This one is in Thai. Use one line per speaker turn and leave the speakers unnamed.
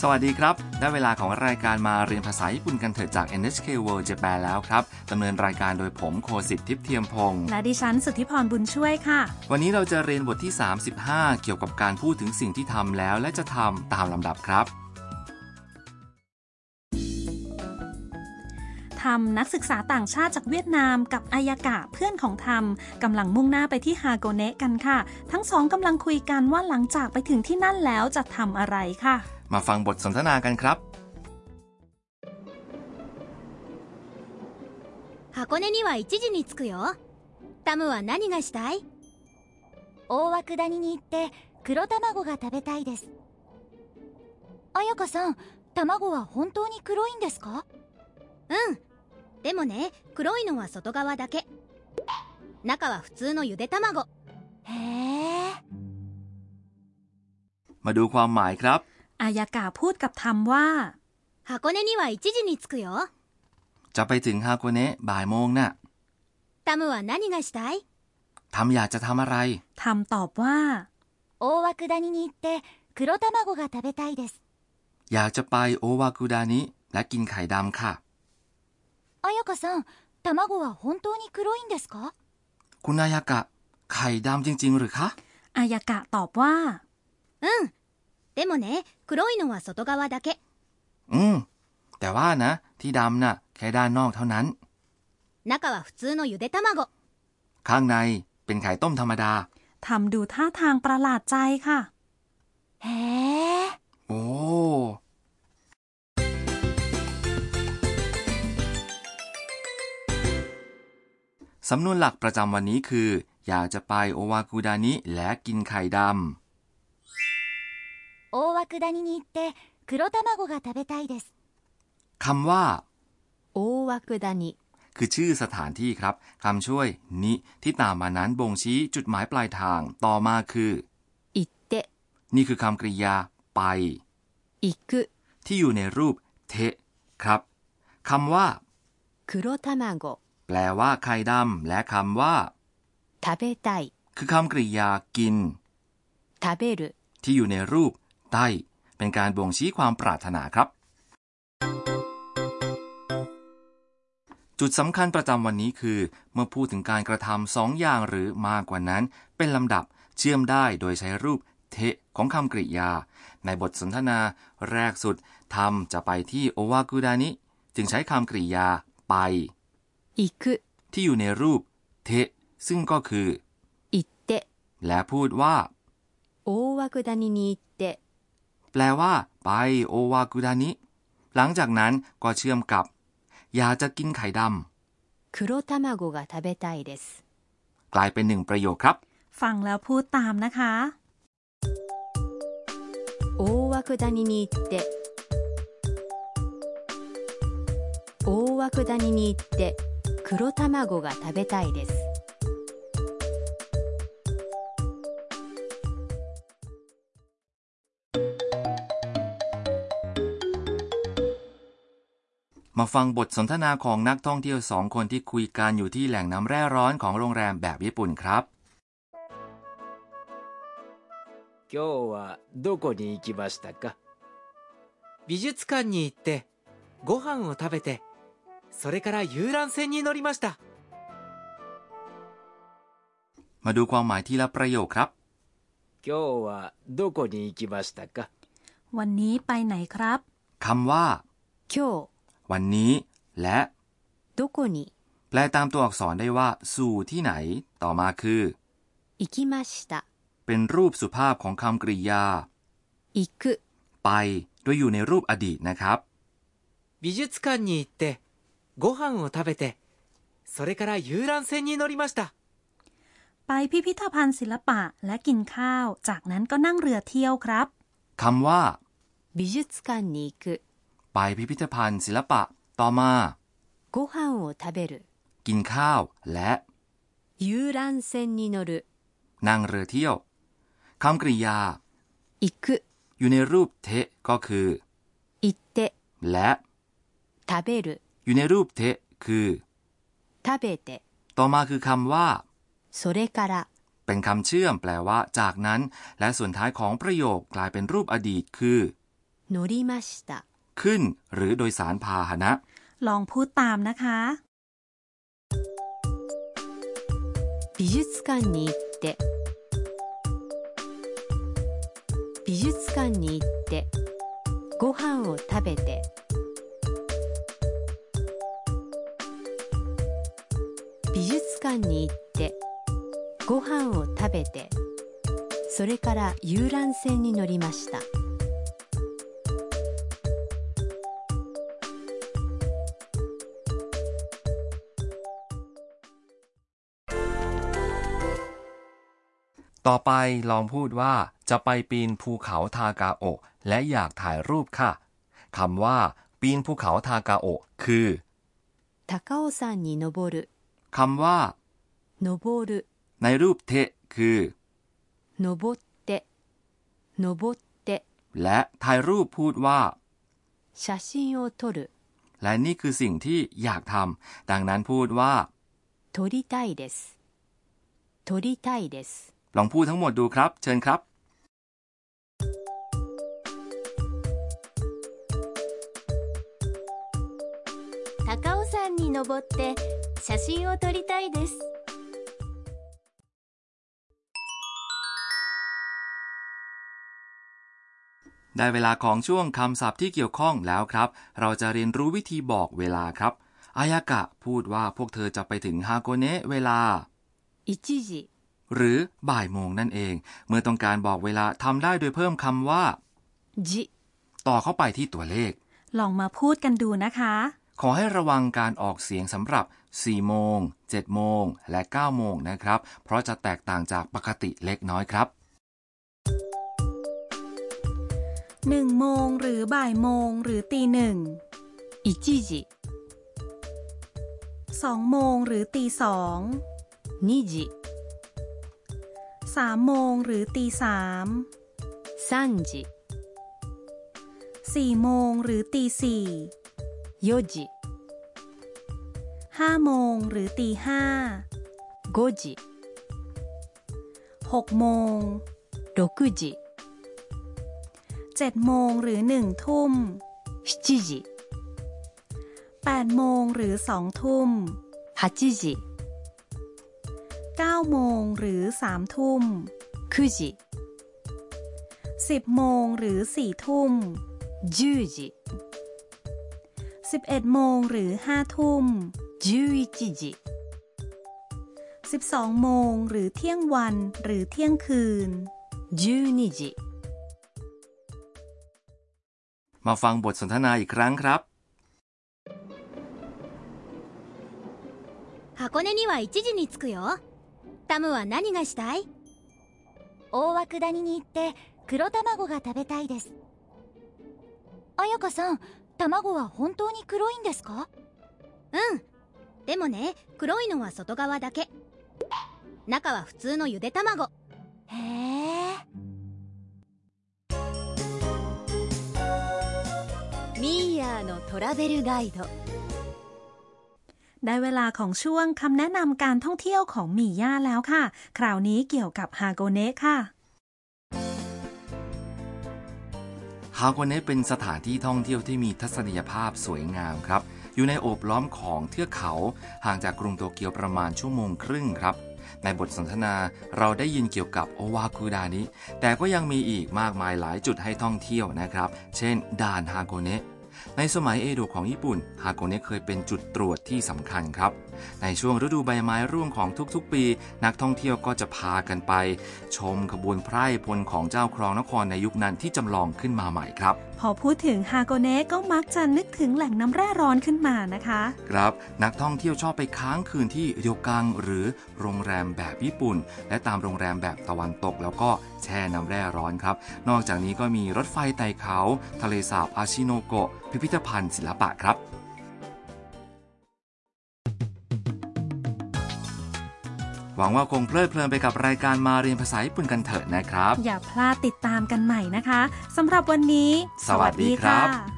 สวัสดีครับ ได้เวลาของรายการมาเรียนภาษาญี่ปุ่นกันเถิดจาก NHK World Japan แล้วครับ ดำเนินรายการโดยผมโคสิทธิ์ทิพย์เทียมพงศ์
และดิฉันสุทธิพรบุญช่วยค่ะ
วันนี้เราจะเรียนบทที่ 35 เกี่ยวกับการพูดถึงสิ่งที่ทำแล้วและจะทำตามลำดับครับ
ทำนักศึกษาต่างชาติจากเวียดนามกับอายากะเพื่อนของธรรมกำลังมุ่งหน้าไปที่ฮาโกเนะกันค่ะ ทั้งสองกำลังคุยกันว่าหลังจากไปถึงที่นั่นแล้วจะทำอะไรค่ะ
มาฟังบทสนทนากันครับ
箱根には1時に着くよタムは何がしたい大涌谷に行って黒卵が食べたいです彩香さん卵は本当に黒いんですかうんでもね黒いのは外側だけ中は普通のゆで卵へえ
มาดูความหมายครับ
อายากะพูดกับธรรมว่า
箱根には1時に着くよ
จะไปถึงฮาโกเนะบ่ายโมงนะ่ะ
タムは何がしたい
ทำอยากจะทำอะไร
ธรรมตอบว่า
大涌谷に行って黒卵が食べたいです
อยากจะไปโอวากุดานิและกินไข่ดำค่ะ
彩香さん卵は本当に黒いんですか
คุณนายากะ ไข่ดำจริง ๆ หรือคะ
อายากะตอบว่า
うん。でもね、黒いのは外側だけ。
อืม แต่ว่านะ ที่ดำน่ะ แค่ด้านนอกเท่านั้น
中は普通のゆで卵。
ข้างในเป็นไข่ต้มธรรมดา
ธรรมดูท่าทางประหลาดใจค่ะ
へえ。
โอ้ สำนวนหลักประจำวันนี้คือ อยากจะไปโอวากูดานิและกินไข่ด
大涌谷に行って黒卵が食べたいです。
ำ คำว่า
大涌谷。
คือชื่อสถานที่ครับ คำช่วย นิที่ตามมานั้นบ่งชี้จุดหมายปลายทาง ต่อมาคือ
行って、
นี่คือคำกริยา ไป
行く、
ที่อยู่ในรูป เทะ ครับคำว่า
黒卵、
แปลว่าไข่ดำและคำว่า
食べたい、
คือคำกริยากิน
食べる。
ที่อยู่ในรูปใต้เป็นการบ่งชี้ความปรารถนาครับ จุดสำคัญประจำวันนี้คือ เมื่อพูดถึงการกระทำสองอย่างหรือมากกว่านั้น เป็นลำดับเชื่อมได้โดยใช้รูปเทะของคำกริยา ในบทสนทนาแรกสุดทำจะไปที่โอวากุดานิ จึงใช้คำกริยาไป
行く、
ที่อยู่ในรูปเทะซึ่งก็คือ
行って、
และพูดว่า
大涌谷に行って、
แปลว่า ไปโอวากุดานิ หลังจากนั้นก็เชื่อมกับ อยากจะกินไข่ด
黒卵が食べたいです。
ำ กลายเป็นหนึ่งประโยคครับ
ฟังแล้วพูดตามนะคะ
大涌谷に行って、大涌谷に行って黒卵が食べたいです。
มาฟังบทสนทนาของนักท่องเที่ยวสองคนที่คุยกันอยู่ที่แหล่งน้ำแร่ร้อนของโรงแรมแบบญี่ปุ่นครับ
今日はどこに行きましたか
美術館に行ってご飯を食べてそれから遊覧船に乗りました
มาดูความหมายที่ละประโยคครับ
今日はどこに行きましたか
วันนี้ไปไหนครับ
คำว่า
今日
วันนี้ และ
どこに
แปลตามตัวอักษรได้ว่า สู่ที่ไหน ต่อมาคือ
行きました
เป็นรูปสุภาพของคำกริยา
行く
ไป โดยอยู่ในรูปอดีตนะครับ
美術館に行ってご飯を食べてそれから遊覧船に乗りました
ไปพิพิธภัณฑ์ศิลปะและกินข้าว จากนั้นก็นั่งเรือเที่ยวครับ
คำว่า
美術館に行く
ไปพิพิธภัณฑ์ศิลปะ ต่อมา
ご飯を食べる
กินข้าวและ
遊覧船に乗る
นั่งเรือเที่ยวคำกริยา
行く
อยู่ในรูปเทะก็คือ
行って
และ
食べる
อยู่ในรูปเทะคือ
食べて
ต่อมาคือคำว่า
それから
เป็นคำเชื่อมแปลว่า จากนั้น และส่วนท้ายของประโยคกลายเป็นรูปอดีตคือ
乗りました
ขึ้นหรือโดยสารพาหนะ
ลองพูดตามนะคะ
美術館に行って美術館に行ってご飯を食べて美術館に行ってご飯を食べてそれから遊覧船に乗りました
ต่อไปลองพูดว่าจะไปปีนภูเขาทากาโอะและอยากถ่ายรูปค่ะคำว่า ปีนภูเขาทากาโอะคือ
高尾山に登る
คำว่า
登る
ในรูปเทะคือ
登って登って
และถ่ายรูปพูดว่า
写真を撮る
และนี่คือสิ่งที่อยากทำดังนั้นพูดว่า
撮りたいです撮りたいです
ลองพูดทั้งหมดดูครับ เชิญครับ
高尾山に登って写真を撮りたいです
ได้เวลาของช่วงคำศัพท์ที่เกี่ยวข้องแล้วครับ เราจะเรียนรู้วิธีบอกเวลาครับ อายากะพูดว่าพวกเธอจะไปถึงฮาโกเนะเวลา
1時
หรือบ่ายโมงนั่นเอง เมื่อต้องการบอกเวลาทำได้โดยเพิ่มคำว่า
時
ต่อเข้าไปที่ตัวเลข
ลองมาพูดกันดูนะคะ
ขอให้ระวังการออกเสียงสำหรับ 4 โมง 7 โมง และ 9 โมงนะครับ เพราะจะแตกต่างจากปกติเล็กน้อยครับ
1 โมงหรือบ่ายโมงหรือตีหนึ่ง
1時
สองโมงหรือตีสอง
2時
สามโมงหรือตีสาม
3時
สี่โมงหรือตีสี่
4時
ห้าโมงหรือตีห้า
5時
หกโมง
6時
เจ็ดโมงหรือหนึ่งทุ่ม
7時
แปดโมงหรือสองทุ่ม
8時
เก้าโมงหรือสามทุ่ม
9時
สิบโมงหรือสี่ทุ่ม
10時
สิบเอ็ดโมงหรือห้าทุ่ม
11時
สิบสองโมงหรือเที่ยงวันหรือเที่ยงคืน
12時
มาฟังบทสนทนาอีกครั้งครับ
箱根には1時に着くよタムは何がしたい大涌谷に行って黒卵が食べたいです彩香さん卵は本当に黒いんですかうんでもね黒いのは外側だけ中は普通のゆで卵へえミーヤーのトラベルガイド
ได้เวลาของช่วงคำแนะนำการท่องเที่ยวของมีย่าแล้วค่ะ คราวนี้เกี่ยวกับฮาโกเนะค่ะ
ฮาโกเนะเป็นสถานที่ท่องเที่ยวที่มีทัศนียภาพสวยงามครับ อยู่ในโอบล้อมของเทือกเขา ห่างจากกรุงโตเกียวประมาณชั่วโมงครึ่งครับ ในบทสนทนาเราได้ยินเกี่ยวกับโอวาคุดานิ แต่ก็ยังมีอีกมากมายหลายจุดให้ท่องเที่ยวนะครับ เช่น ด่านฮาโกเนะในสมัยเอโดะของญี่ปุ่น ฮาโกเนะเคยเป็นจุดตรวจที่สำคัญครับ ในช่วงฤดูใบไม้ร่วงของทุกๆ ปี นักท่องเที่ยวก็จะพากันไป ชมขบวนไพร่พลของเจ้าครองนครในยุคนั้นที่จำลองขึ้นมาใหม่ครับ
พอพูดถึงฮาโกเนะก็มักจะนึกถึงแหล่งน้ำแร่ร้อนขึ้นมานะคะ
ครับนักท่องเที่ยวชอบไปค้างคืนที่เรียวกังหรือโรงแรมแบบญี่ปุ่น และตามโรงแรมแบบตะวันตก แล้วก็แช่น้ำแร่ร้อนครับ นอกจากนี้ก็มีรถไฟไต่เขา ทะเลสาบอาชิโนโกะพิพิธภัณฑ์ศิลปะครับ หวังว่าคงเพลิดเพลินไปกับรายการมาเรียนภาษาญี่ปุ่นกันเถอะนะครับ
อย่าพลาดติดตามกันใหม่นะคะสำหรับวันนี้
สวัสดีครับ
ะ